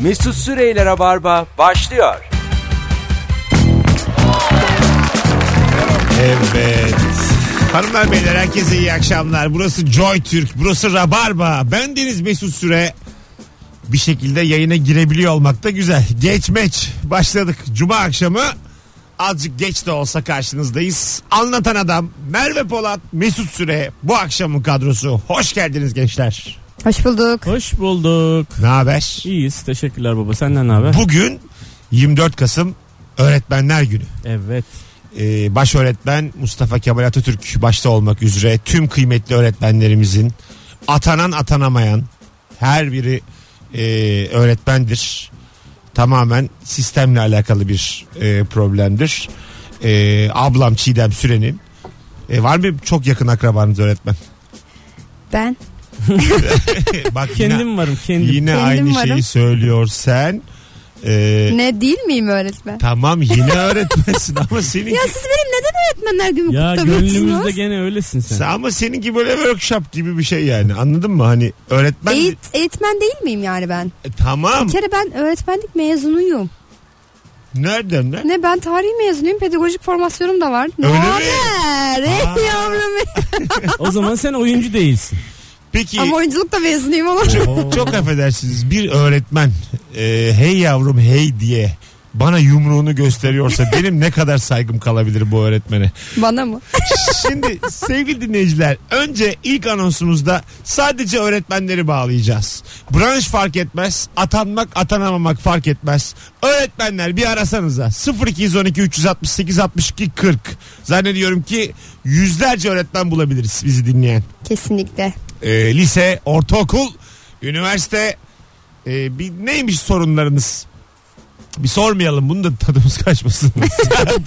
Mesut Süreyler'e barba başlıyor. Evet. Hanımlar beyler herkese iyi akşamlar. Burası Joy Türk, burası Rabarba. Ben Deniz Mesut Süre. Bir şekilde yayına girebiliyor olmak da güzel. Geçmeç başladık. Cuma akşamı azıcık geç de olsa karşınızdayız. Anlatan adam Merve Polat, Mesut Süre bu akşamın kadrosu. Hoş geldiniz gençler. Hoş bulduk. Hoş bulduk. Ne haber? İyiyiz. Teşekkürler baba. Senden ne haber? Bugün 24 Kasım Öğretmenler Günü. Evet. Ee, baş öğretmen Mustafa Kemal Atatürk başta olmak üzere tüm kıymetli öğretmenlerimizin atanan atanamayan her biri e, öğretmendir. Tamamen sistemle alakalı bir e, problemdir. E, ablam Çiğdem Süren'in e, var mı çok yakın akrabanız öğretmen? Ben E, Bak yine, Kendim varım kendim. yine Kendim aynı varım. şeyi söylüyor sen. E, ne değil miyim öğretmen? tamam yine öğretmensin ama senin Ya siz benim neden öğretmenler günü Ya kutlamıyorsunuz? gönlümüzde gene öylesin sen. Ama seninki böyle workshop gibi bir şey yani anladın mı? Hani öğretmen Eğit- eğitmen değil miyim yani ben? E, tamam Bir kere ben öğretmenlik mezunuyum. nereden ne? Ne ben tarih mezunuyum pedagojik formasyonum da var. Ne Öyle mi? haber? Aa. Eh yavrum. eh. o zaman sen oyuncu değilsin. Peki Ama oyunculuk da mezunuyum ama. çok, çok affedersiniz bir öğretmen e, hey yavrum hey diye bana yumruğunu gösteriyorsa benim ne kadar saygım kalabilir bu öğretmene? Bana mı? Şimdi sevgili dinleyiciler önce ilk anonsumuzda sadece öğretmenleri bağlayacağız. Branş fark etmez, atanmak atanamamak fark etmez. Öğretmenler bir arasanıza 0212 368 62 40. Zannediyorum ki yüzlerce öğretmen bulabiliriz bizi dinleyen. Kesinlikle. Ee, lise, ortaokul, üniversite ee, bir neymiş sorunlarınız? Bir sormayalım bunu da tadımız kaçmasın.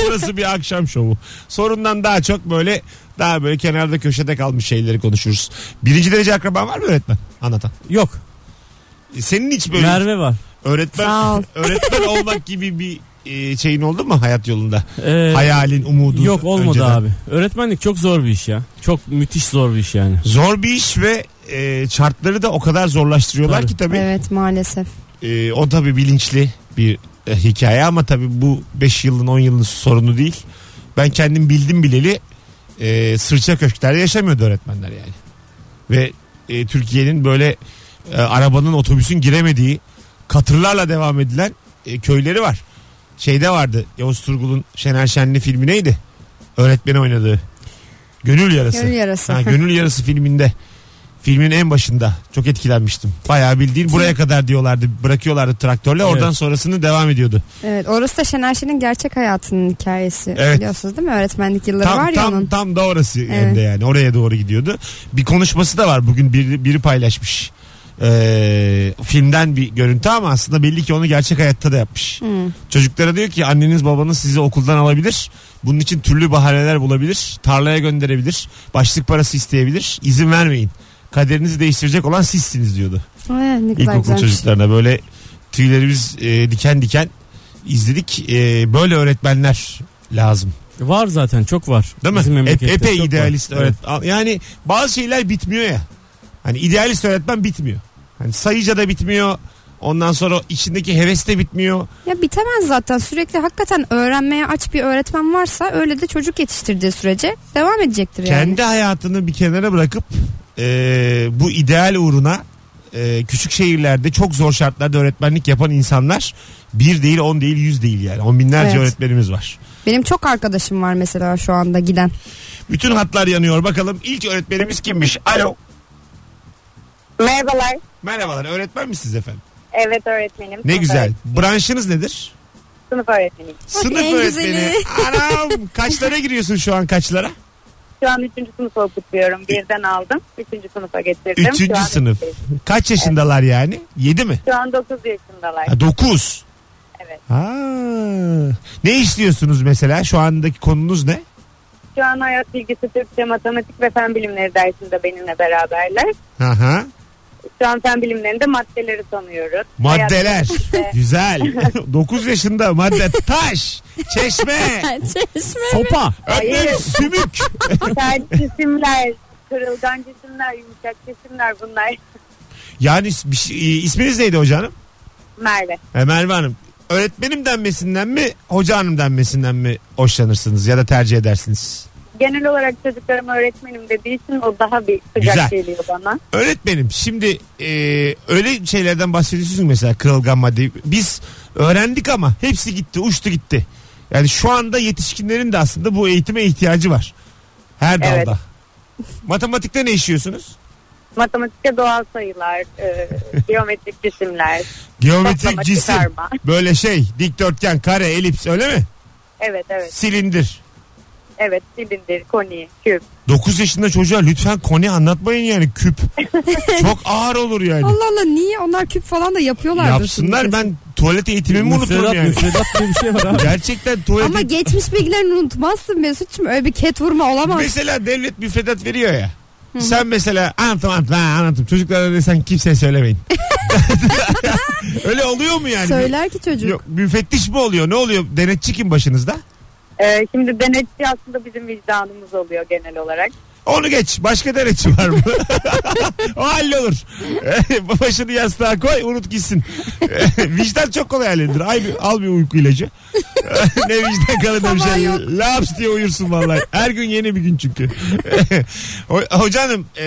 Burası bir akşam şovu. Sorundan daha çok böyle daha böyle kenarda köşede kalmış şeyleri konuşuruz. Birinci derece akraban var mı öğretmen? Anlatan. Yok. E, Senin hiç böyle Merve var. Sağ ol. öğretmen öğretmen olmak gibi bir e, şeyin oldu mu hayat yolunda? Ee, Hayalin, umudun. yok olmadı önceden. abi. Öğretmenlik çok zor bir iş ya. Çok müthiş zor bir iş yani. Zor bir iş ve e, şartları da o kadar zorlaştırıyorlar Tabii. ki tabii. Evet maalesef. Ee, o tabii bilinçli bir e, hikaye ama tabii bu 5 yılın 10 yılın sorunu değil. Ben kendim bildim bileli e, sırça köşklerde yaşamıyordu öğretmenler yani. Ve e, Türkiye'nin böyle e, arabanın otobüsün giremediği katırlarla devam edilen e, köyleri var. Şeyde vardı Yavuz Turgul'un Şener Şenli filmi neydi? Öğretmeni oynadığı. Gönül Yarası. Gönül yarası. Ha, Gönül Yarası filminde filmin en başında çok etkilenmiştim. Bayağı bildiğin buraya kadar diyorlardı. Bırakıyorlardı traktörle. Oradan Evet. sonrasını devam ediyordu. evet orası da Şener Şen'in gerçek hayatının hikayesi. Evet. Biliyorsunuz değil mi? Öğretmenlik yılları var Tam ya tam onun. tam da orası hem Evet. de yani. Oraya doğru gidiyordu. Bir konuşması da var. Bugün biri, biri paylaşmış. Ee, filmden bir görüntü ama aslında belli ki onu gerçek hayatta da yapmış. Hı. Çocuklara diyor ki anneniz babanız sizi okuldan alabilir. Bunun için türlü bahaneler bulabilir. Tarlaya gönderebilir. Başlık parası isteyebilir. İzin vermeyin. Kaderinizi değiştirecek olan sizsiniz diyordu. Evet, ne kadar İlkokul güzelmiş. çocuklarına böyle tüylerimiz e, diken diken izledik. E, böyle öğretmenler lazım. Var zaten çok var. Değil mi? Bizim E- memlekette epey çok var. idealist Evet. öğretmen. Yani bazı şeyler bitmiyor ya. Hani idealist öğretmen bitmiyor. Hani sayıca da bitmiyor. Ondan sonra içindeki heves de bitmiyor. Ya bitemez zaten sürekli hakikaten öğrenmeye aç bir öğretmen varsa öyle de çocuk yetiştirdiği sürece devam edecektir yani. Kendi hayatını bir kenara bırakıp e, bu ideal uğruna e, küçük şehirlerde çok zor şartlarda öğretmenlik yapan insanlar bir değil on değil yüz değil yani. On binlerce Evet. öğretmenimiz var. Benim çok arkadaşım var mesela şu anda giden. Bütün hatlar yanıyor. Bakalım ilk öğretmenimiz kimmiş? Alo. Merhabalar. Merhabalar. Öğretmen misiniz efendim? Evet öğretmenim. Ne Sınıf güzel. öğret- Branşınız nedir? Sınıf öğretmeniyim. Sınıf en öğretmeni. güzeli. Anam kaçlara giriyorsun şu an kaçlara? Şu an 3. sınıfa okutuyorum. Birden aldım. 3. sınıfa getirdim. Şu Üçüncü an sınıf. üçteyim. Kaç yaşındalar yani? Yedi mi? Şu an 9 yaşındalar. Ha, dokuz. Evet. Ha. Ne işliyorsunuz mesela? Şu andaki konunuz ne? Şu an hayat bilgisi, Türkçe, matematik ve fen bilimleri dersinde benimle beraberler. Aha. Şu an fen bilimlerinde maddeleri tanıyoruz. Hayat Maddeler. bilgisi- Güzel. Dokuz yaşında madde taş, çeşme, Sopa. öpme, Hayır. sümük. sert cisimler, kırılgan cisimler, yumuşak cisimler bunlar. Yani bir şey- isminiz e, neydi hocanım? Merve. E, Merve Hanım öğretmenim denmesinden mi hoca hanım denmesinden mi hoşlanırsınız ya da tercih edersiniz? Genel olarak çocuklarım öğretmenim dediği için o daha bir sıcak Güzel. geliyor bana. Öğretmenim şimdi e, öyle şeylerden bahsediyorsunuz mesela kırılgan madde. Biz öğrendik ama hepsi gitti uçtu gitti. Yani şu anda yetişkinlerin de aslında bu eğitime ihtiyacı var. Her dalda. Evet. Matematikte ne işiyorsunuz? Matematikte doğal sayılar, e, geometrik cisimler, Geometrik toplama, cisim. çıkarma. Böyle şey dikdörtgen kare elips öyle mi? Evet evet Silindir. evet silindir, koni, küp. 9 yaşında çocuğa lütfen koni anlatmayın yani küp. Çok ağır olur yani. Allah Allah niye onlar küp falan da yapıyorlardır. Yapsınlar şimdi. ben tuvalet eğitimimi unuturum Müfredat, yani. müfredat diye bir şey var abi. Gerçekten tuvalet Ama geçmiş bilgilerini unutmazsın Mesut'cum öyle bir ket vurma olamaz. Mesela devlet müfredat veriyor ya. Sen mesela anlatım anlatım ha, anlatım. Çocuklara desen kimseye söylemeyin. Öyle oluyor mu yani? Söyler ki çocuk. Yok, müfettiş mi oluyor? Ne oluyor? Denetçi kim başınızda? E, şimdi denetçi aslında bizim vicdanımız oluyor genel olarak. Onu geç. Başka denetçi var mı? o hallolur. Başını yastığa koy unut gitsin. Vicdan çok kolay halledilir. Ay, bir- al bir uyku ilacı. ne vicdan kalır ne bir Sabah şey. yok. Laps diye uyursun vallahi. Her gün yeni bir gün çünkü. Ho- Hocanım e,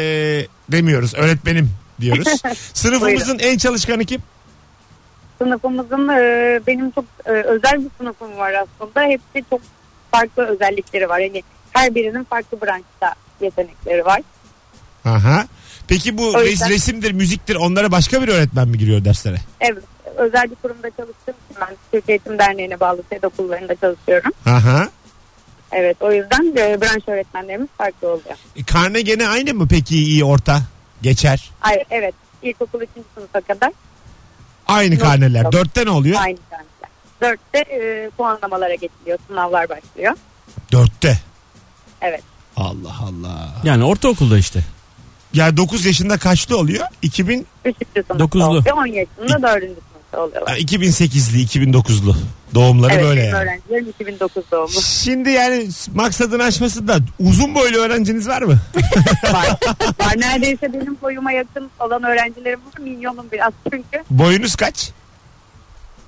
demiyoruz. Öğretmenim diyoruz. Sınıfımızın en çalışkanı kim? Sınıfımızın e, benim çok e, özel bir sınıfım var aslında. Hepsi çok farklı özellikleri var. Yani her birinin farklı branşta yetenekleri var. Aha. Peki bu O res- yüzden- resimdir, müziktir onlara başka bir öğretmen mi giriyor derslere? Evet, özel bir kurumda çalıştığım için ben Türk Eğitim Derneği'ne bağlı TED okullarında çalışıyorum. Aha. Evet, o yüzden e, branş öğretmenlerimiz farklı oluyor. E, Karne gene aynı mı peki iyi orta? Geçer. Ay, evet, ilkokul 3. sınıfa kadar Aynı Yok, karneler. yok. Dörtte ne oluyor? aynı branşlar. Dörtte e, puanlamalara geçiliyor, sınavlar başlıyor. Dörtte. Evet. Allah Allah. Yani ortaokulda işte. Ya 9 yaşında kaçlı oluyor? 2000, Üçüncü sınıfta Dokuzlu. oluyor, 10 yaşında dördüncü sınıfta oluyorlar. ha, 2008'li, 2009'lu doğumları evet, böyle benim yani. öğrencilerim 2009 doğumlu. Şimdi yani maksadını aşması da uzun boylu öğrenciniz var mı? var. var. Neredeyse benim boyuma yakın olan öğrencilerim var. Minyonum biraz çünkü Boyunuz kaç?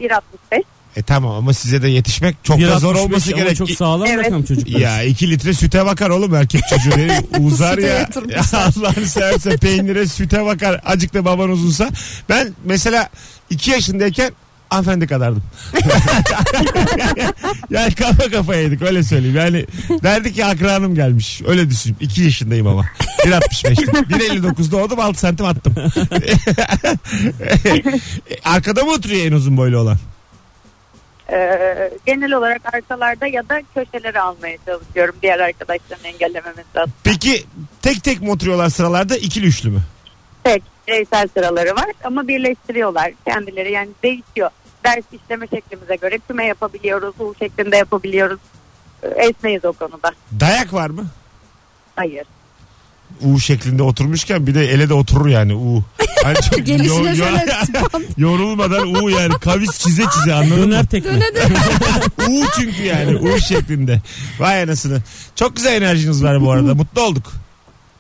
1.65. E tamam ama size de yetişmek çok da zor 1.65 olması ama gerek. Çok sağlam Evet. rakam çocuklar. Ya 2 litre süte bakar oğlum erkek çocuğu. Ne uzar Süte ya. ya yatırmışlar. Allah'ını seversen peynire süte bakar. Acık da baban uzunsa. Ben mesela 2 yaşındayken hanımefendi kadardım. yani kafa kafaya yedik öyle söyleyeyim. Yani derdi ki Akra Hanım gelmiş. Öyle düşün. 2 yaşındayım ama. 1.65'lik. 1.59 doğdum 6 santim attım. Arkada mı oturuyor en uzun boylu olan? Ee, genel olarak arkalarda ya da köşeleri almaya çalışıyorum. Diğer arkadaşlarını engellememesi lazım. Peki tek tek mi oturuyorlar sıralarda ikili üçlü mü? Tek bireysel sıraları var ama birleştiriyorlar kendileri. Yani değişiyor. Ders işleme şeklimize göre küme yapabiliyoruz, U şeklinde yapabiliyoruz. Ee, Esneyiz o konuda. Dayak var mı? Hayır. U şeklinde oturmuşken bir de ele de oturur yani U. Hani çok Gelişine yo- yo- şöyle spam yorulmadan U yani kavis çize çize anladın mı? Döner tekme. döne döne. U çünkü yani U şeklinde. Vay anasını. Çok güzel enerjiniz var bu arada. Mutlu olduk.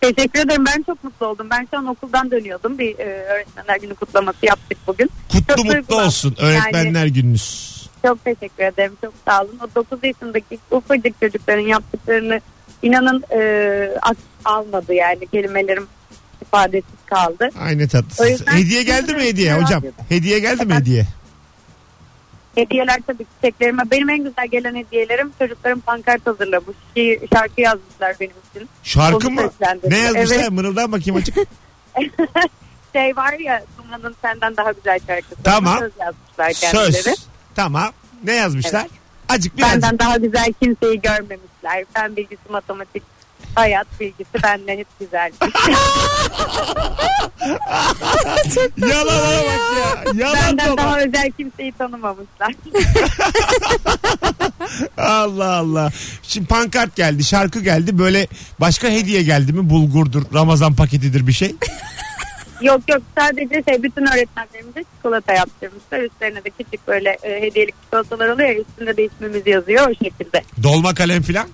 Teşekkür ederim. Ben çok mutlu oldum. Ben şu an okuldan dönüyordum. Bir e, öğretmenler günü kutlaması yaptık bugün. Kutlu Çok mutlu duygulandım. olsun. Öğretmenler gününüz. Çok teşekkür ederim. Çok sağ olun. O 9 yaşındaki ufacık çocukların yaptıklarını inanın e, ak- almadı yani kelimelerim ifadesiz kaldı. Aynı O tatlısınız. yüzden- Hediye geldi mi hediye hocam? Hediye geldi mi hediye? Hediyeler tabii çiçeklerime. Benim en güzel gelen hediyelerim çocuklarım pankart hazırlamış. Şi- Şarkı yazmışlar benim için. Şarkı Onu mı? Ne seslendirdim. yazmışlar? Evet. Mırıldan bakayım açık. Şey var ya Duman'ın senden daha güzel şarkısı. Tamam. Söz yazmışlar kendileri. Söz. Tamam. Ne yazmışlar? Acık biraz. Benden daha güzel kimseyi görmemişler. Fen bilgisi, matematik, hayat bilgisi benden hep güzel. Yalana bak ya. Yalan benden dolan. daha özel kimseyi tanımamışlar. Allah Allah. Şimdi pankart geldi, şarkı geldi. Böyle başka hediye geldi mi? Bulgurdur, Ramazan paketidir bir şey. Yok yok sadece şey bütün öğretmenlerimize çikolata yaptırmışlar. Üstlerine de küçük böyle e, hediyelik çikolatalar oluyor. ya, Üstünde de ismimiz yazıyor o şekilde. Dolma kalem filan.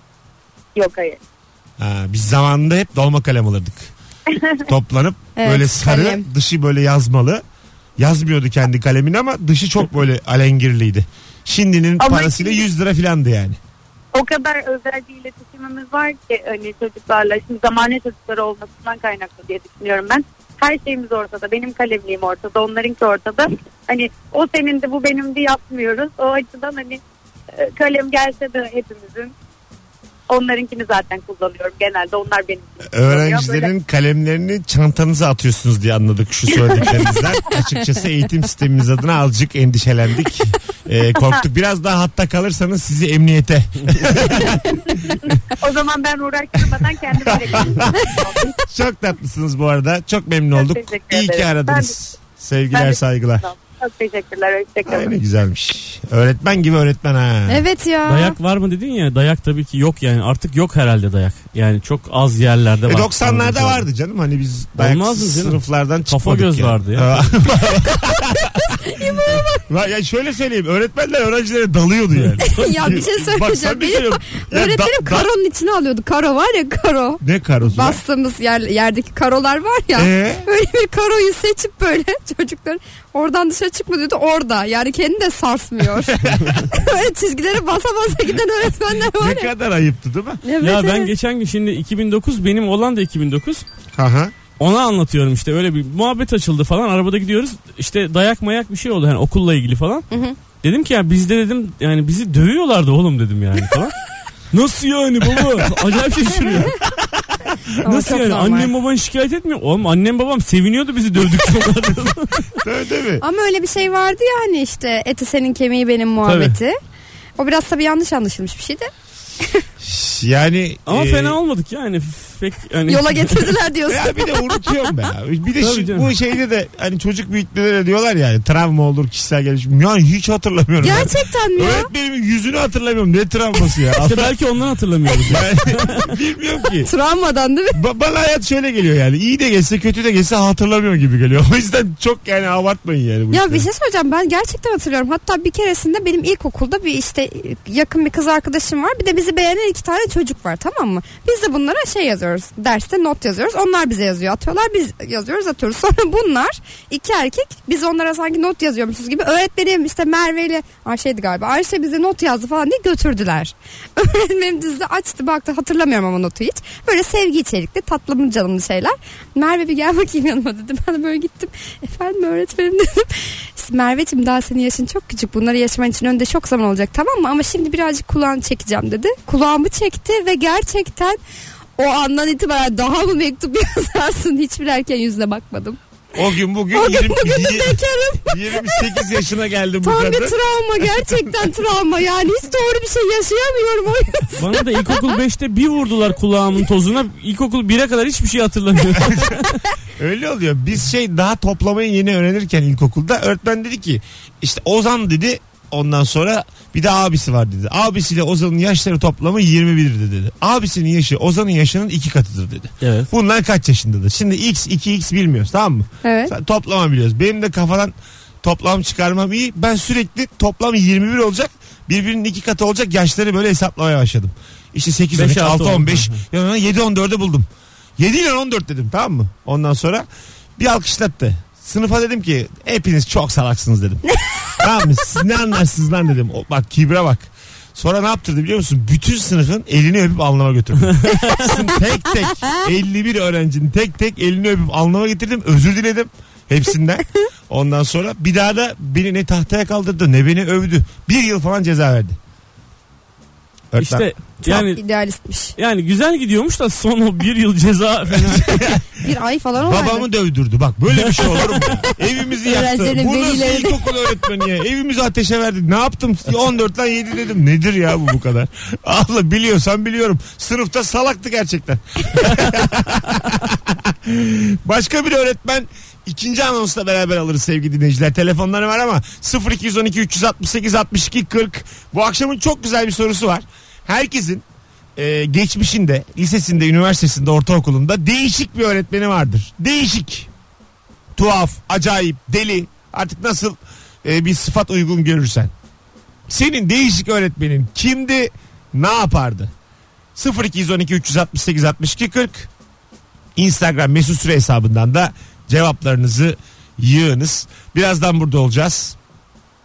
Yok hayır. Ha, biz zamanında hep dolma kalem alırdık. Toplanıp Evet, böyle sarı, kalem. dışı böyle yazmalı. Yazmıyordu kendi kalemini ama dışı çok böyle alengirliydi. Şimdinin Ama parasıyla şimdi- 100 lira filandı yani. O kadar özel bir iletişimimiz var ki hani çocuklarla. Şimdi zamane çocukları olmasından kaynaklı diye düşünüyorum ben. Her şeyimiz ortada. Benim kalemliğim ortada. Onlarınki ortada. Hani o senin de bu benim de yapmıyoruz. O açıdan hani e, kalem gelse de hepimizin. Onlarınkini zaten kullanıyorum. Genelde onlar benim için kullanıyor. Böyle- Öğrencilerin kalemlerini çantanıza atıyorsunuz diye anladık şu söylediklerinizden. Açıkçası eğitim sistemimiz adına azıcık endişelendik. Ee, korktuk. Biraz daha hatta kalırsanız sizi emniyete. O zaman ben uğraştırmadan kendim öğrenirim. Çok tatlısınız bu arada. Çok memnun Çok olduk. teşekkür İyi ki ederim. aradınız. Ben Sevgiler, de- saygılar. Çok teşekkürler. Ay ne Hoşçakalın. güzelmiş. Öğretmen gibi öğretmen ha. E, Evet ya. Dayak var mı dedin ya dayak tabii ki yok yani artık yok herhalde dayak. Yani çok az yerlerde E, var. 90'larda vardı canım hani biz dayak Olmaz mı canım? sınıflardan çıkmadık. göz yani. vardı ya. Lan ya şöyle söyleyeyim öğretmenler öğrencilere dalıyordu yani. ya bir şey Bak sen bir söyleyeceğim. Benim söylüyorum. Ya öğretmenim da- da- karonun içine alıyordu. Karo var ya karo. Ne karosu? lan? Bastığımız yer, yerdeki karolar var ya. Ee? Böyle bir karoyu seçip böyle çocuklar oradan dışarı çıkma diyordu orada. Yani kendini de sarsmıyor. böyle çizgileri basa basa giden öğretmenler Ne var ya. kadar ayıptı değil mi? Evet, Ya ben evet. geçen gün şimdi 2009 benim olan da 2009. Aha. Ona anlatıyorum işte öyle bir muhabbet açıldı falan arabada gidiyoruz işte dayak mayak bir şey oldu yani okulla ilgili falan. Dedim ki ya bizde dedim yani bizi dövüyorlardı oğlum dedim yani falan. Nasıl yani baba? Acayip şaşırıyor. Ama Nasıl çok yani? normal. Annem baban şikayet etmiyor. Oğlum annem babam seviniyordu bizi dövdük falan. Öyle değil mi? Ama öyle bir şey vardı ya hani işte eti senin kemiği benim muhabbeti. O biraz tabii yanlış anlaşılmış bir şeydi. Yani Ama e, fena olmadık yani. Pek yani Yola getirdiler diyorsun. ya bir de unutuyorum be abi. Bir de Tabii şu- canım. bu şeyde de hani çocuk büyüklere diyorlar yani travma olur kişisel gelişim. Yani hiç hatırlamıyorum. ben. Gerçekten mi ya? Öğretmenimin yüzünü hatırlamıyorum. Ne travması ya? İşte belki ondan hatırlamıyoruz. Yani bilmiyorum ki. Travmadan değil mi? Ba- bana hayat şöyle geliyor yani. İyi de geçse kötü de geçse hatırlamıyorum gibi geliyor. O yüzden çok yani abartmayın yani bu Ya işleri. bir şey söyleyeceğim ben gerçekten hatırlıyorum. Hatta bir keresinde benim ilkokulda bir işte yakın bir kız arkadaşım var. Bir de bizi beğenen iki tane çocuk var tamam mı? Biz de bunlara şey yazıyoruz. Derste not yazıyoruz. Onlar bize yazıyor atıyorlar. Biz yazıyoruz atıyoruz. Sonra bunlar iki erkek biz onlara sanki not yazıyormuşuz gibi. Öğretmenim işte Merve ile Ayşe'ydi galiba. Ayşe bize not yazdı falan diye götürdüler. Öğretmenim dizde açtı baktı hatırlamıyorum ama notu hiç. Böyle sevgi içerikli tatlımın canımlı şeyler. Merve bir gel bakayım yanıma dedi. Ben de böyle gittim. Efendim öğretmenim dedim. İşte Merveciğim daha senin yaşın çok küçük. Bunları yaşaman için önde çok zaman olacak tamam mı? Ama şimdi birazcık kulağını çekeceğim dedi. Kulağımı çekti ve gerçekten o andan itibaren daha mı mektup yazarsın? Hiçbir erken yüzüne bakmadım. O gün bugün, O gün 20 bugün de bekarım. 28 yaşına geldim bu Tam bir kadın. travma gerçekten travma yani hiç doğru bir şey yaşayamıyorum o yüzden. Bana da ilkokul 5'te bir vurdular kulağımın tozuna. İlkokul 1'e kadar hiçbir şey hatırlamıyorum. Öyle oluyor. Biz şey daha toplamayı yeni öğrenirken ilkokulda öğretmen dedi ki işte Ozan dedi ondan sonra bir de abisi var dedi. Abisiyle Ozan'ın yaşları toplamı 21'di dedi. Abisinin yaşı Ozan'ın yaşının iki katıdır dedi. evet. Bunlar kaç yaşındadır? Şimdi x 2x bilmiyoruz tamam mı? Evet. Sen toplama biliyoruz. Benim de kafadan toplam çıkarmam iyi. Ben sürekli toplam 21 olacak. Birbirinin iki katı olacak yaşları böyle hesaplamaya başladım. İşte 8, Beş, 13, 6, altı, 15. Yani 7, 14'e buldum. 7 ile 14 dedim tamam mı? Ondan sonra bir alkışlattı. Sınıfa dedim ki hepiniz çok salaksınız dedim. tamam mı? Siz ne anlarsınız lan dedim. O, bak kibre bak. Sonra ne yaptırdı biliyor musun? Bütün sınıfın elini öpüp alnıma götürdü. Sınıf tek tek 51 öğrencinin tek tek elini öpüp alnıma getirdim. Özür diledim hepsinden. Ondan sonra bir daha da beni ne tahtaya kaldırdı ne beni övdü. Bir yıl falan ceza verdi. Öğretmen- İşte Yani, yani Çok idealistmiş. yani güzel gidiyormuş da son o bir yıl ceza fena. Bir ay falan olmadı. Babamı dövdürdü bak böyle bir şey olur mu? Evimizi yaktı. Öğrencilerin Bu nasıl velileri de- ilkokul öğretmeni ya? Evimizi ateşe verdi. Ne yaptım? 14 lan 7 dedim. Nedir ya bu bu kadar? Allah biliyorsan biliyorum. Sınıfta salaktı gerçekten. Başka bir öğretmen ikinci anonsla beraber alırız sevgili dinleyiciler. Telefonları var ama 0212 368 62 40. Bu akşamın çok güzel bir sorusu var. Herkesin e, geçmişinde, lisesinde, üniversitesinde, ortaokulunda değişik bir öğretmeni vardır. Değişik, tuhaf, acayip, deli artık nasıl e, bir sıfat uygun görürsen. Senin değişik öğretmenin kimdi, ne yapardı? 0212 368 62 40 Instagram mesut süre hesabından da cevaplarınızı yığınız. Birazdan burada olacağız.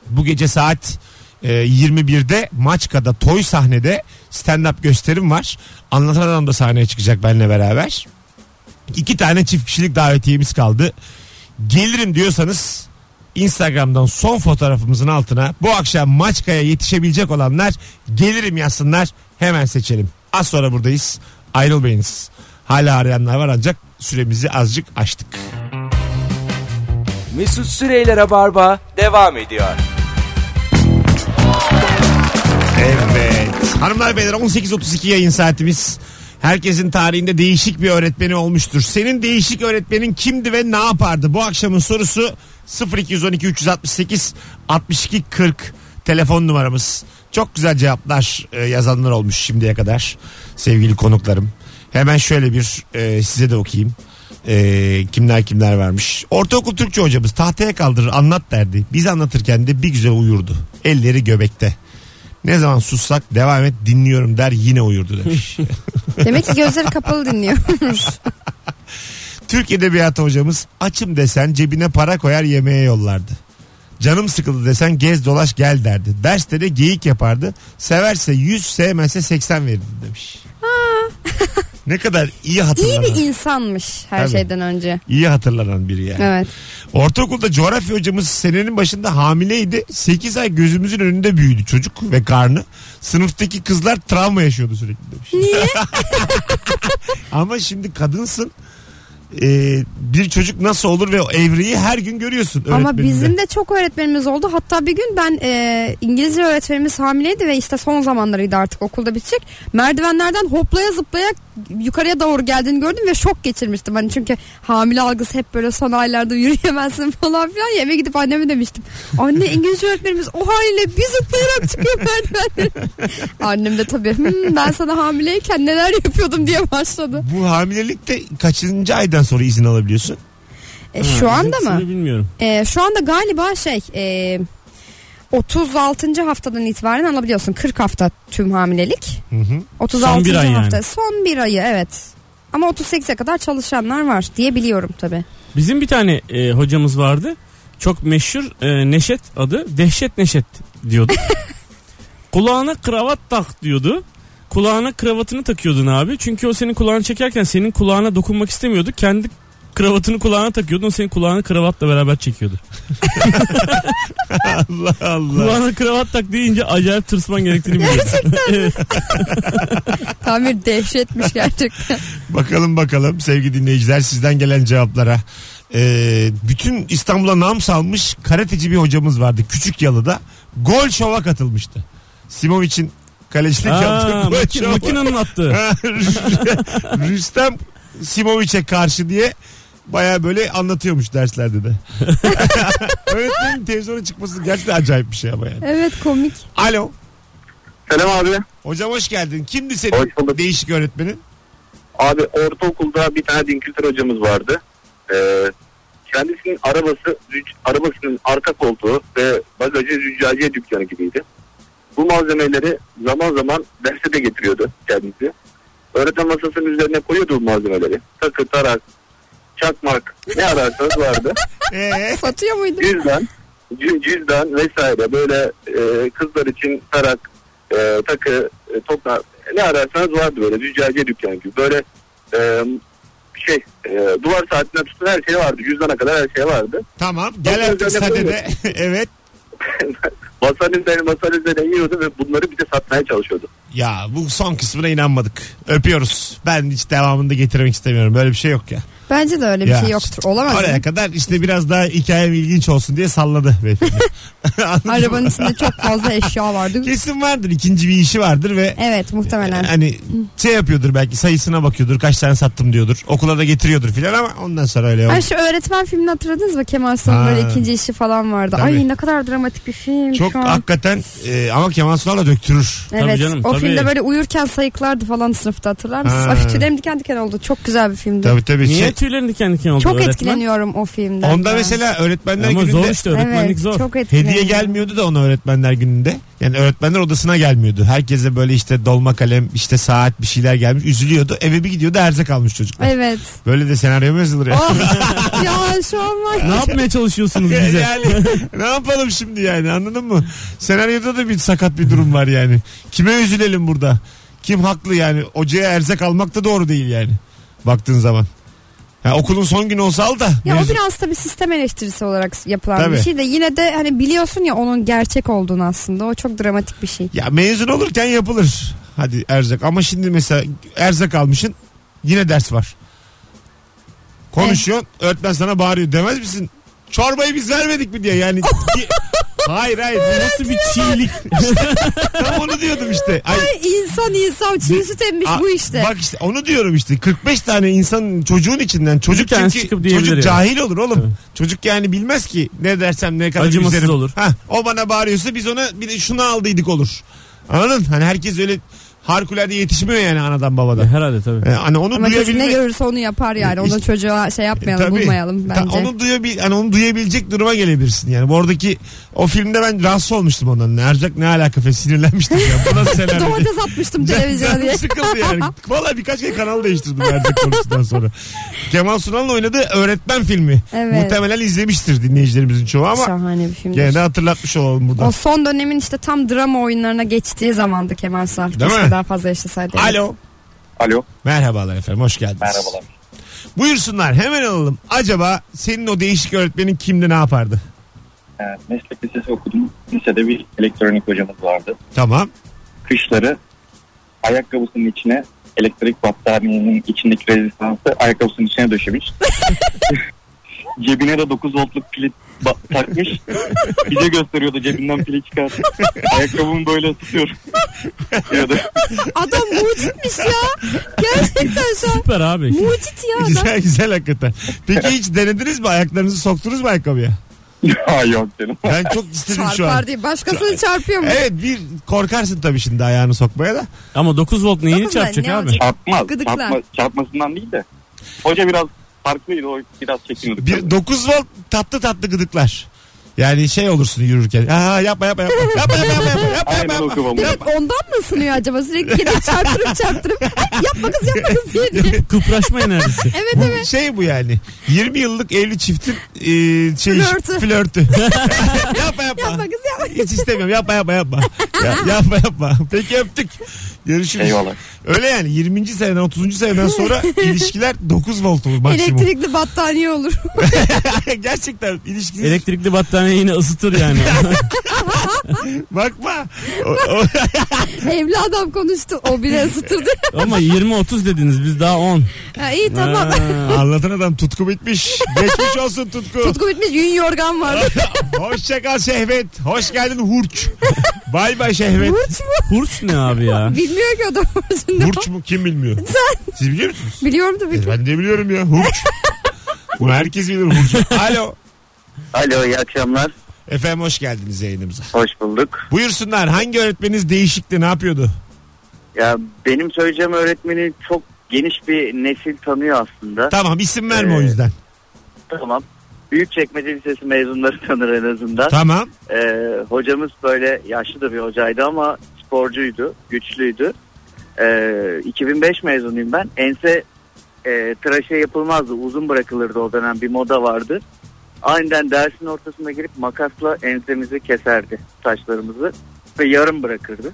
Bu gece saat e, 21'de Maçka'da Toy sahnede stand-up gösterim var. Anlatan Adam da sahneye çıkacak benimle beraber. İki tane çift kişilik davetiyemiz kaldı. Gelirim diyorsanız Instagram'dan son fotoğrafımızın altına bu akşam Maçka'ya yetişebilecek olanlar gelirim yazsınlar hemen seçelim. Az sonra buradayız. Ayrılmayınız. Hala arayanlar var ancak süremizi azıcık açtık. Mesut Süreyler'e barba devam ediyor. Evet. Hanımlar beyler 18.32 yayın saatimiz. Herkesin tarihinde değişik bir öğretmeni olmuştur. Senin değişik öğretmenin kimdi ve ne yapardı? Bu akşamın sorusu 0212 368 62 40 telefon numaramız. Çok güzel cevaplar e, yazanlar olmuş şimdiye kadar sevgili konuklarım. Hemen şöyle bir e, size de okuyayım. E, kimler kimler vermiş. Ortaokul Türkçe hocamız tahtaya kaldırır anlat derdi. Biz anlatırken de bir güzel uyurdu. Elleri göbekte. Ne zaman sussak devam et dinliyorum der yine uyurdu demiş. Demek ki gözleri kapalı dinliyor. Türk Edebiyatı hocamız açım desen cebine para koyar yemeğe yollardı. Canım sıkıldı desen gez dolaş gel derdi. Derste de geyik yapardı. Severse 100 sevmezse 80 verirdi demiş. ne kadar iyi İyi hatırlanan. bir iyi. insanmış her Tabii. şeyden önce. hatırlanan biri yani. Evet. Ortaokulda coğrafya hocamız senenin başında hamileydi. 8 ay gözümüzün önünde büyüdü çocuk ve karnı. Sınıftaki kızlar travma yaşıyordu sürekli demiş. Niye? Ama şimdi kadınsın. Ee, bir çocuk nasıl olur ve o evreyi her gün görüyorsun. Ama öğretmeninde. bizim de çok öğretmenimiz oldu. Hatta bir gün ben e, İngilizce öğretmenimiz hamileydi ve işte son zamanlarıydı artık okulda bitecek. Merdivenlerden hoplaya zıplaya yukarıya doğru geldiğini gördüm ve şok geçirmiştim. Hani çünkü hamile algısı hep böyle son aylarda yürüyemezsin falan filan. Ya Eve gidip anneme demiştim. Anne İngilizce öğretmenimiz o haliyle bir zıplayarak çıkıyor merdivenleri. Annem de tabii "Hmm, ben sana hamileyken neler yapıyordum diye başladı. Bu hamilelikte kaçıncı aydan sonra izin alabiliyorsun? E, şu Ha, anda mı? hepsini Bilmiyorum. Ee, şu anda galiba şey e, 36. haftadan itibaren alabiliyorsun. 40 hafta tüm hamilelik. Hı hı. 36. bir ay hafta. yani. Son bir ayı evet. Ama 38'e kadar çalışanlar var diye biliyorum tabi. Bizim bir tane e, hocamız vardı. Çok meşhur e, Neşet adı. Dehşet Neşet diyordu. kulağına kravat tak diyordu. Kulağına kravatını takıyordun abi. Çünkü o senin kulağını çekerken senin kulağına dokunmak istemiyordu. Kendi kravatını kulağına takıyordun. O senin kulağını kravatla beraber çekiyordu. Allah Allah. Kulağına kravat tak deyince acayip tırsman gerektiğini biliyordu. Evet. Tam bir dehşetmiş gerçekten. Bakalım bakalım sevgili dinleyiciler sizden gelen cevaplara. Ee, bütün İstanbul'a nam salmış karateci bir hocamız vardı Küçük Yalı'da. Gol şova katılmıştı. Simovic'in kalecilik Aa, yaptığı gol maki- şova. makinenin attığı. Ha, Rüstem Simovic'e karşı diye baya böyle anlatıyormuş derslerde de. Öğretmenin televizyona çıkması gerçekten acayip bir şey ama yani. evet komik. Alo. Selam abi. Hocam hoş geldin. Kimdi senin Hoş bulduk. değişik öğretmenin? Abi ortaokulda bir tane din kültür hocamız vardı. Ee, kendisinin arabası züc- arabasının arka koltuğu ve bagajı züccaciye dükkanı gibiydi. Bu malzemeleri zaman zaman derse de getiriyordu kendisi. Öğretmen masasının üzerine koyuyordu bu malzemeleri. Takı, tarak, çakmak ne ararsanız vardı. Ee, Satıyor muydu? Cüzdan, cü- cüzdan vesaire böyle e, kızlar için tarak, e, takı, e, topla ne ararsanız vardı böyle züccaciye dükkanı gibi. Böyle e, şey e, duvar saatine tutun her şey vardı. Cüzdana kadar her şey vardı. tamam gel artık sadede. evet. masanın üzerine masanın üzerine yiyordu ve bunları bize satmaya çalışıyordu. Ya bu son kısmına inanmadık. Öpüyoruz. Ben hiç devamını da getirmek istemiyorum. Böyle bir şey yok ya. Bence de öyle bir Ya şey işte yoktur. Olamaz. Oraya kadar işte biraz daha hikayem ilginç olsun diye salladı beyefendi. Anladın mı? Arabanın içinde çok fazla eşya vardı. Kesin vardır. ikinci bir işi vardır ve Evet muhtemelen. hani şey yapıyordur belki sayısına bakıyordur. Kaç tane sattım diyordur. Okula da getiriyordur filan ama ondan sonra öyle yok. Ay şu öğretmen filmini hatırladınız mı? Kemal Sunal'ın Ha. böyle ikinci işi falan vardı. Tabii. Ay ne kadar dramatik bir film Çok şu an. hakikaten e, ama Kemal Sunal'la döktürür. Tabii Evet. canım, o tabii. filmde böyle uyurken sayıklardı falan sınıfta hatırlar mısınız? Ha. Ay tüylerim diken diken oldu. Çok güzel bir filmdi. Tabii tabii. Niye Şey- tüylerini diken diken oldu Çok öğretmen. etkileniyorum o filmden. Onda ben. mesela öğretmenler Ama gününde zor işte öğretmenlik evet, zor. Çok etkileniyorum. hediye gelmiyordu da ona öğretmenler gününde. Yani öğretmenler odasına gelmiyordu. Herkese böyle işte dolma kalem işte saat bir şeyler gelmiş üzülüyordu. Eve bir gidiyordu erzak almış çocuklar. Evet. Böyle de senaryo mu yazılır ya? Oh, ya şu an var. Ne yapmaya çalışıyorsunuz bize? yani ne yapalım şimdi yani anladın mı? Senaryoda da bir sakat bir durum var yani. Kime üzülelim burada? Kim haklı yani? Hocaya erzak almak da doğru değil yani. Baktığın zaman. Ya okulun son günü olsa al da. Ya o mevzu- biraz tabii sistem eleştirisi olarak yapılan Tabii. bir şey de yine de hani biliyorsun ya onun gerçek olduğunu aslında. O çok dramatik bir şey. Ya mezun olurken yapılır. Hadi erzak ama şimdi mesela erzak almışın yine ders var. Konuşuyorsun öğretmen sana bağırıyor demez misin? Çorbayı biz vermedik mi diye yani. Ki- hayır hayır. Nasıl bir çiğlik? Tam onu diyordum işte. Ay, İnsan insan çiğ süt emmiş a- bu işte. Bak işte onu diyorum işte. 45 tane insan çocuğun içinden. Çocuk Bir tanesi çünkü çıkıp çocuk diyebilir yani. cahil olur oğlum. Tabii. Çocuk yani bilmez ki ne dersem ne kadar Acımasız üzerim. olur. Hah, o bana bağırıyorsa biz ona bir de şunu aldıydık olur. Anladın? Hani herkes öyle harikulade yetişmiyor yani anadan babadan. Herhalde tabii. Ee, hani onu Ama çocuk ne duyabilmek görürse onu yapar yani. Onu İşte- E, çocuğa şey yapmayalım, Tabii. bulmayalım Ta- bence. onu duyabil hani onu duyabilecek duruma gelebilirsin yani. Bu oradaki o filmde ben rahatsız olmuştum ondan. Ne erzak ne alaka ve sinirlenmiştim ya. Bu nasıl senaryo? Domates atmıştım televizyona diye. Canım sıkıldı yani. Valla birkaç kere kanal değiştirdim erzak konusundan sonra. Kemal Sunal'la oynadığı öğretmen filmi. Evet. Muhtemelen izlemiştir dinleyicilerimizin çoğu ama Şahane bir film. gene de hatırlatmış olalım buradan. O son dönemin işte tam drama oyunlarına geçtiği zamandı Kemal Sunal. Değil Keşke mi? daha fazla yaşasaydı. Alo. Alo. Merhabalar efendim hoş geldiniz. Merhabalar. Buyursunlar hemen alalım. Acaba senin o değişik öğretmenin kimdi ne yapardı? Evet, E, meslek lisesi okudum. Lisede bir elektronik hocamız vardı. Tamam. Kışları ayakkabısının içine elektrik battaniyenin içindeki rezistansı ayakkabısının içine döşemiş. Cebine de 9 voltluk pil ba- takmış. Bize gösteriyordu cebinden pili çıkar. Ayakkabımı böyle tutuyorum. diyordu. Adam mucitmiş ya. Gerçekten şu an Süper abi. mucit ya adam. Güzel güzel hakikaten. Peki hiç denediniz mi? Ayaklarınızı soktunuz mu ayakkabıya? Ya yok canım. Ben çok istedim şu an. E, Çarpar diye. Başkasını çarpıyor mu? Evet bir korkarsın tabii şimdi ayağını sokmaya da. Ama 9 volt neyini Dokuz volt çarpacak ne abi? olacak? Çarpmaz. Gıdıklar. Çarpma, çarpmasından değil de. Hoca biraz farklıydı. O biraz çekiniyorduk. Bir 9 volt tatlı tatlı gıdıklar. Yani şey olursun yürürken. Aa yapma yapma yapma. Yapma yapma yapma yapma yapma. Aynen o yapma. kıvamı. Demek ondan mı ısınıyor acaba? Sürekli yine çarptırıp çarptırıp. "Ay, yapma kız yapma kız diye diye. Kıpraşma enerjisi. Evet Bu evet. şey bu yani. 20 yıllık evli çiftin e, şey, Flörtü. flörtü. yapma yapma. Yapma kız yapma. Hiç istemiyorum. Yapma yapma yapma. Ya, yapma yapma. Peki öptük. Görüşürüz. Eyvallah. Öyle yani 20. seneden 30. seneden sonra ilişkiler 9 volt olur maksimum. Elektrikli battaniye olur. Gerçekten ilişkiniz. Elektrikli battaniye yine ısıtır yani. Bakma. O- o- Evli adam konuştu. O bile ısıtırdı. Ama 20-30 dediniz biz daha 10. Ha, iyi tamam. Ha. Anlatan adam tutku bitmiş. Geçmiş olsun tutku. Tutku bitmiş yün yorgan var. Hoşçakal Şehvet. Hoş geldin Hurç. Bay bay Şehvet. Burç mu? Hurç ne abi ya? Bilmiyor ki adam burcunu. Hurç mu kim bilmiyor? Siz biliyor musunuz? Biliyorum tabii E, ki. ben de biliyorum ya Hurç. Bunu herkes bilir Hurç. Alo. Alo iyi akşamlar. Efendim hoş geldiniz yayınımıza. Hoş bulduk. Buyursunlar hangi öğretmeniniz değişikti ne yapıyordu? Ya benim söyleyeceğim öğretmeni çok geniş bir nesil tanıyor aslında. Tamam isim verme o Ee, yüzden. Tamam. Büyükçekmece Lisesi mezunları tanır en azından. Tamam. Ee, hocamız böyle yaşlı da bir hocaydı ama sporcuydu, güçlüydü. Ee, 2005 mezunuyum ben. Ense e, tıraşı yapılmazdı, uzun bırakılırdı o dönem bir moda vardı. Aniden dersin ortasına girip makasla ensemizi keserdi, saçlarımızı ve yarım bırakırdı.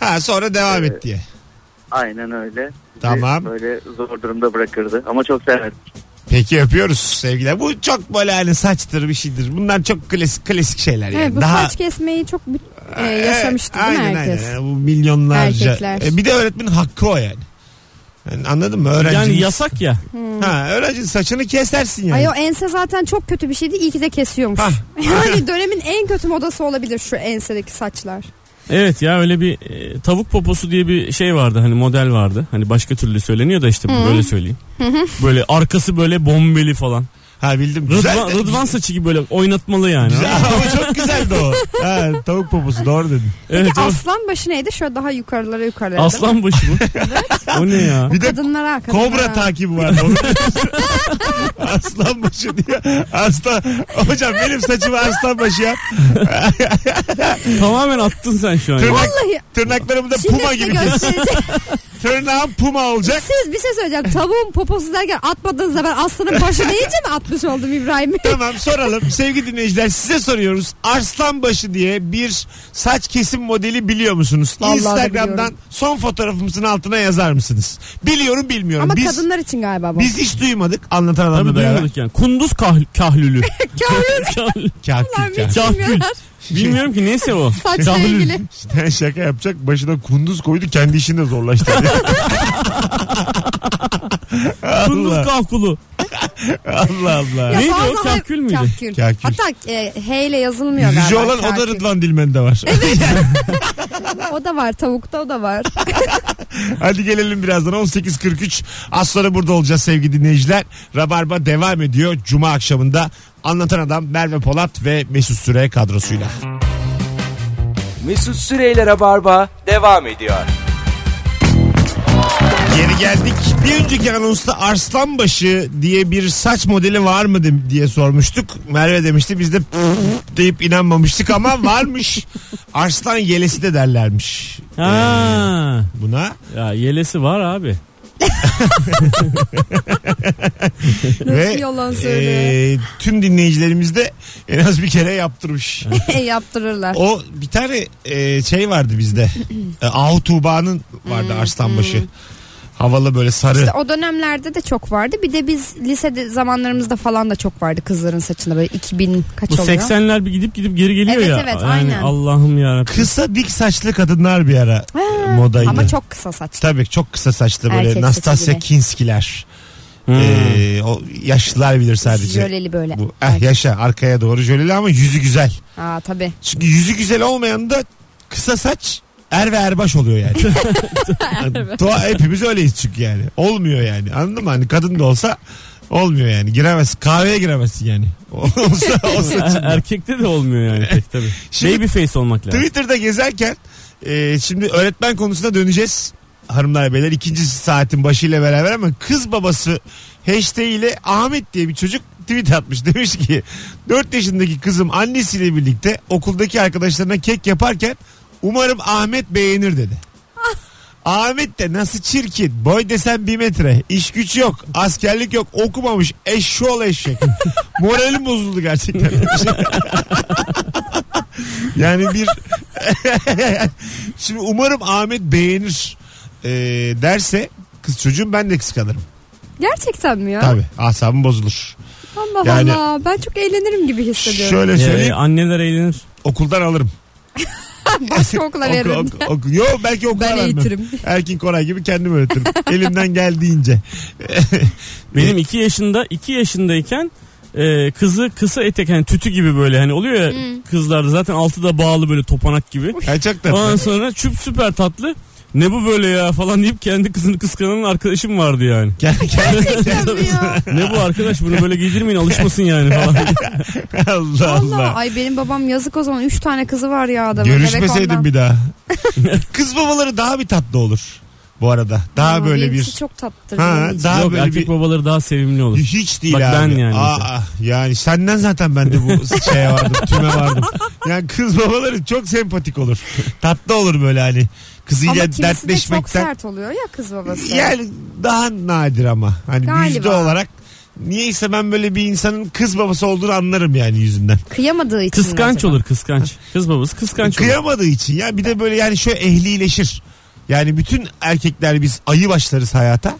Ha sonra devam et diye. Aynen öyle. Bizi Tamam. Böyle zor durumda bırakırdı ama çok severdim. Peki yapıyoruz sevgiler. Bu çok böyle hani saçtır bir şeydir. Bunlar çok klasik klasik şeyler yani. Evet bu Daha saç kesmeyi çok e, yaşamıştı Evet, değil mi aynen, herkes? Aynen. Bu milyonlarca. Erkekler. E, bir de öğretmenin hakkı o yani. Yani anladın mı? Öğrencinin, Yani yasak ya. ha, öğrencinin saçını kesersin yani. Hmm. Ay o ense zaten çok kötü bir şeydi. İyi ki de kesiyormuş. Hah. Yani dönemin en kötü modası olabilir şu ensedeki saçlar. Evet ya öyle bir e, tavuk poposu diye bir şey vardı hani model vardı. Hani başka türlü söyleniyor da işte bu böyle söyleyeyim. Böyle arkası böyle bombeli falan. Ha bildim. Güzel. şey. Rıdvan, Rıdvan saçı gibi böyle oynatmalı yani. Güzel. Ama çok güzeldi o. Ha, tavuk poposu doğru dedin. Evet, Peki o- aslan başı neydi? Şöyle daha yukarılara yukarılara. Aslan başı mı? o ne ya? Bir de Kadınlara kadınlara. Kobra takibi vardı. Onu- aslan başı diye. Aslan. Hocam benim saçımı aslan başı ya. Tamamen attın sen şu an. ya. Tırnak, Vallahi tırnaklarım da şimdi puma size gibi. kes. göstereceğim. Tırnağım puma olacak. Siz bir şey söyleyeceğim. Tavuğun poposu derken atmadığınızda ben aslanın başı deyince mi atmış oldum İbrahim'i? Tamam soralım. Sevgili dinleyiciler size soruyoruz. Arslanbaşı diye bir saç kesim modeli biliyor musunuz? Vallahi Instagram'dan biliyorum. son fotoğrafımızın altına yazar mısınız? Biliyorum bilmiyorum. Ama biz kadınlar için galiba bu. biz hiç duymadık anlatan adamla Tabii beraber. duymadık yani. Kunduz kah- kahlülü. Kahkül kahlülü. kahkül. Kahlül. Bilmiyorlar. Bilmiyorum ki neyse o. Saçla Kahlül. ilgili. İşte şaka yapacak başına kunduz koydu kendi işini de zorlaştırdı. Kunduz Allah kahkulu. Allah. Allah. Ya Neydi bazı o? olay- Kahkül müydü? Kahkül. Kahkül. Hatta e, H ile yazılmıyor Yüzücü galiba. olan o da kahkül. Rıdvan Dilmen'de var. O da var tavukta o da var. Hadi gelelim birazdan 18.43. Az sonra burada olacağız sevgili dinleyiciler. Rabarba devam ediyor. Cuma akşamında anlatan adam Merve Polat ve Mesut Süre kadrosuyla. Mesut Süreyler'e barba devam ediyor. Geri geldik. Bir önceki anonsta Arslanbaşı diye bir saç modeli var mı dem- diye sormuştuk. Merve demişti biz de deyip inanmamıştık ama varmış. Arslan yelesi de derlermiş Ha. buna. Ya yelesi var abi. Ve yalan söylüyor? e, tüm dinleyicilerimiz de en az bir kere yaptırmış. şey Yaptırırlar. O bir tane e, şey vardı bizde. e, Ahu Tuğba'nın vardı Arslanbaşı. Havalı böyle sarı. Hmm, İşte o dönemlerde de çok vardı. Bir de biz lisede zamanlarımızda falan da çok vardı kızların saçında böyle 2000 kaç Bu oluyor? 80'ler bir gidip gidip geri geliyor Evet, ya. evet, Yani aynen. Allah'ım ya. Kısa dik saçlı kadınlar bir ara e, modaydı. Ama çok kısa saç. Tabii çok kısa saçlı böyle Erkek saçı Nastasya gibi. Kinskiler. E, o yaşlılar bilir sadece. Jöleli böyle. Bu, eh, yaşa arkaya doğru jöleli ama yüzü güzel. Aa tabii. Çünkü yüzü güzel olmayan da kısa saç er ve erbaş oluyor yani. Yani Doğa, hepimiz öyleyiz çünkü yani. Olmuyor yani. Anladın mı? Hani kadın da olsa olmuyor yani. Giremezsin. Kahveye giremezsin yani. olsa olsa. Er- Erkekte de olmuyor yani pek tabii. Şimdi- Baby face olmak lazım. Twitter'da gezerken e, şimdi öğretmen konusuna döneceğiz. Hanımlar beyler ikinci saatin başıyla beraber ama kız babası hashtag ile Ahmet diye bir çocuk tweet atmış. Demiş ki 4 yaşındaki kızım annesiyle birlikte okuldaki arkadaşlarına kek yaparken umarım Ahmet beğenir dedi. Ahmet de nasıl çirkin. Boy desen bir metre. İş güç yok. Askerlik yok. Okumamış. Eşşoğlu eşek. Moralim bozuldu gerçekten. yani bir... Şimdi umarım Ahmet beğenir ee, derse kız çocuğum ben de kıskanırım. Gerçekten mi ya? Tabii asabım bozulur. Allah Yani- Allah. Ben çok eğlenirim gibi hissediyorum. Şöyle Ee, söyleyeyim anneler eğlenir. okuldan alırım. Başka okula Oku- veririm. oku- oku- Yo belki okula Ben vermem. eğitirim. Erkin Koray gibi kendim öğretirim. Elimden geldiğince. Benim 2 yaşında 2 yaşındayken e, kızı kısa etek hani tütü gibi böyle hani oluyor ya kızlarda zaten altı da bağlı böyle topanak gibi. Yani çok tatlı. Ondan sonra çüp süper tatlı. Ne bu böyle ya falan deyip kendi kızını kıskanan arkadaşım vardı yani. Kendi- kendi- ne bu arkadaş bunu böyle giydirmeyin alışmasın yani falan. Allah Allah. Allah. Ay benim babam yazık o zaman 3 tane kızı var ya adamın. Bebek ondan. Görüşmeseydim bir daha. Kız babaları daha bir tatlı olur bu arada. Daha Aa, böyle benimkisi bir çok tatlıdır. Ha, benim için. daha Yok böyle erkek bir babaları daha sevimli olur. hiç değil Bak abi. ben yani Aa, ah, yani senden zaten ben de bu şeye vardım, tüme vardım. Yani kız babaları çok sempatik olur. Tatlı olur böyle hani Ama kızıyla kimisi de çok dertleşmekten. sert oluyor ya kız babası. Yani daha nadir ama hani Galiba. yüzde olarak niyeyse ben böyle bir insanın kız babası olduğunu anlarım yani yüzünden. Kıyamadığı için. mi Kıskanç acaba? olur kıskanç. Kız babası kıskanç olur. Kıyamadığı için ya bir de böyle yani şöyle ehlileşir. Yani bütün erkekler biz ayı başlarız hayata.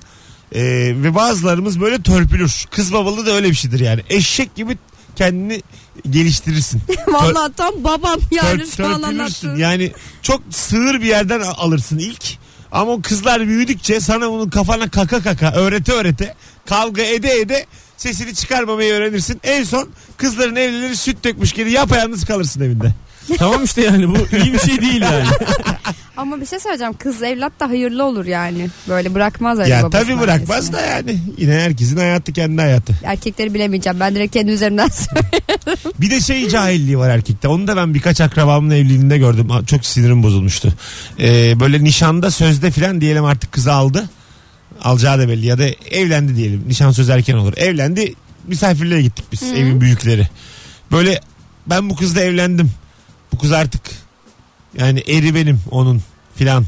Ee, ve bazılarımız böyle törpülür. Kız babalı da öyle bir şeydir yani. Eşek gibi kendini geliştirirsin. Vallahi tam babam yani Tör- şu an törpülürsün. anlattığın. Yani çok sığır bir yerden a- alırsın ilk. Ama o kızlar büyüdükçe sana bunun kafana kaka kaka öğrete öğrete kavga ede ede sesini çıkarmamayı öğrenirsin. En son kızların evlileri süt dökmüş gibi yapayalnız kalırsın evinde. tamam işte yani bu iyi bir şey değil yani. Ama bir şey söyleyeceğim. Kız evlat da hayırlı olur yani. Böyle bırakmaz öyle ya babasının tabii bırakmaz ailesini. da yani. Yine herkesin hayatı kendi hayatı. Erkekleri bilemeyeceğim. Ben direkt kendi üzerimden söyleyeyim. Bir de şey cahilliği var erkekte. Onu da ben birkaç akrabamın evliliğinde gördüm. Ha, Çok sinirim bozulmuştu. Ee, böyle nişanda sözde filan diyelim artık kızı aldı. Alacağı da belli ya da evlendi diyelim. Nişan söz erken olur. Evlendi misafirliğe gittik biz evin büyükleri. Böyle ben bu kızla evlendim. Bu kız artık yani eri benim onun filan.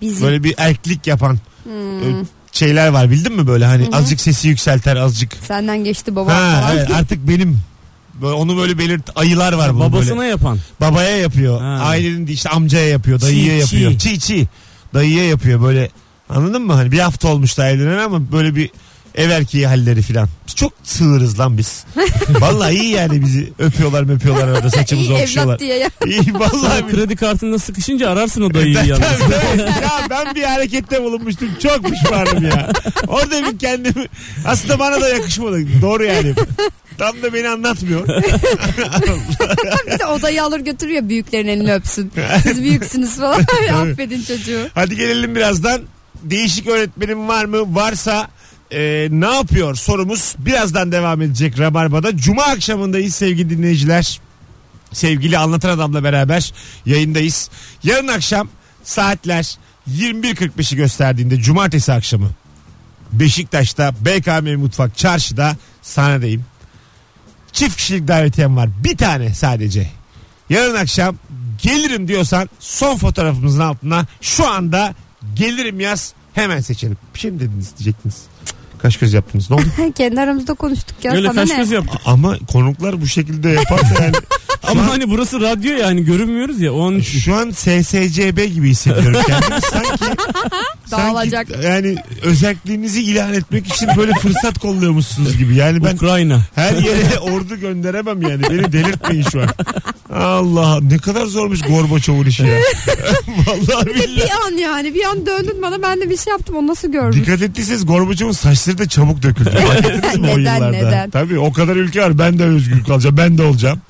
Bizim. Böyle bir erklik yapan Hmm. e, şeyler var bildin mi böyle hani azıcık sesi yükselter azıcık. Senden geçti baba Ha, falan. evet, artık benim. Böyle onu böyle belirt ayılar var bunun Babasına böyle. yapan. Babaya yapıyor. Ha. Ailenin de işte amcaya yapıyor, Çiğ, dayıya çiğ. yapıyor. Çiğ çiğ. Dayıya yapıyor böyle. Anladın mı? Hani bir hafta olmuş da evlenen ama böyle bir ev erkeği halleri filan. Biz çok sığırız lan biz. Vallahi iyi yani bizi öpüyorlar öpüyorlar arada İyi saçımızı okşuyorlar. evlat diye ya. İyi vallahi Sonra kredi kartında sıkışınca ararsın o dayıyı ben, yalnız. ya ben bir harekette bulunmuştum. Çok pişmanım ya. Orada bir kendimi aslında bana da yakışmadı. Doğru yani. Tam da beni anlatmıyor. Bir de odayı alır götürüyor büyüklerin elini öpsün. Siz büyüksünüz falan. Affedin çocuğu. Hadi gelelim birazdan. Değişik öğretmenim var mı? Varsa e, ne yapıyor sorumuz birazdan devam edecek Rabarba'da. Cuma akşamındayız sevgili dinleyiciler. Sevgili Anlatan Adam'la beraber yayındayız. Yarın akşam saatler 21.45'i gösterdiğinde cumartesi akşamı Beşiktaş'ta BKM Mutfak Çarşı'da sahnedeyim. Çift kişilik davetiyem var. Bir tane sadece. Yarın akşam gelirim diyorsan son fotoğrafımızın altına şu anda gelirim yaz hemen seçelim. Bir şey mi dediniz diyecektiniz. Cık, Kaş göz yaptınız. Ne oldu? Kendi aramızda konuştuk ya. Böyle sana kaş ne? göz yaptık. Ama konuklar bu şekilde yaparsa yani Ama hani burası radyo yani görünmüyoruz ya. Onun için. şu an SSCB gibi hissediyorum kendimi. Sanki, Dağılacak. sanki yani özelliğinizi ilan etmek için böyle fırsat kolluyormuşsunuz gibi. Yani ben Ukrayna. Her yere ordu gönderemem yani. Beni delirtmeyin şu an. Allah ne kadar zormuş Gorbaçov'un işi ya. Vallahi billahi. Bir an yani bir an döndün bana ben de bir şey yaptım o nasıl görmüş? Dikkat ettiyseniz Gorbaçov'un saçları da çabuk döküldü. Fark ettiniz mi o Neden, yıllarda? neden? Tabii o kadar ülke var ben de özgür kalacağım ben de olacağım.